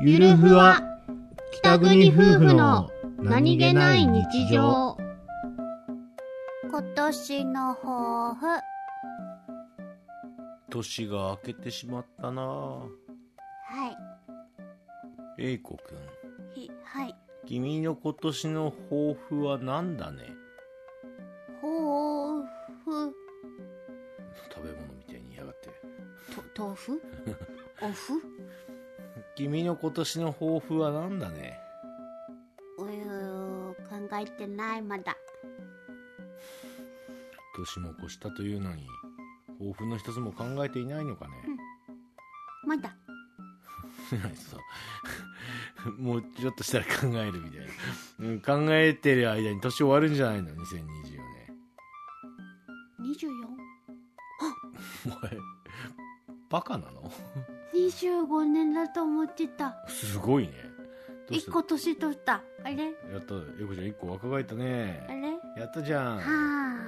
ゆるふわ北国夫婦の今年の抱負年が明けてしまったなあは英子くんいひはい君の今年の抱負は何だね抱負食べ物みたいに言いやがってと豆 腐おふ君の今年の抱負は何だねうー考えてないまだ年も越したというのに抱負の一つも考えていないのかね、 まだそうもうちょっとしたら考えるみたいなうん考えてる間に年終わるんじゃないの2024年お前バカなの 24?25 年だと思ってたすごいねどうし一た個年取ったあれやった英子ちゃん1個若返ったあねれはやったじゃんあ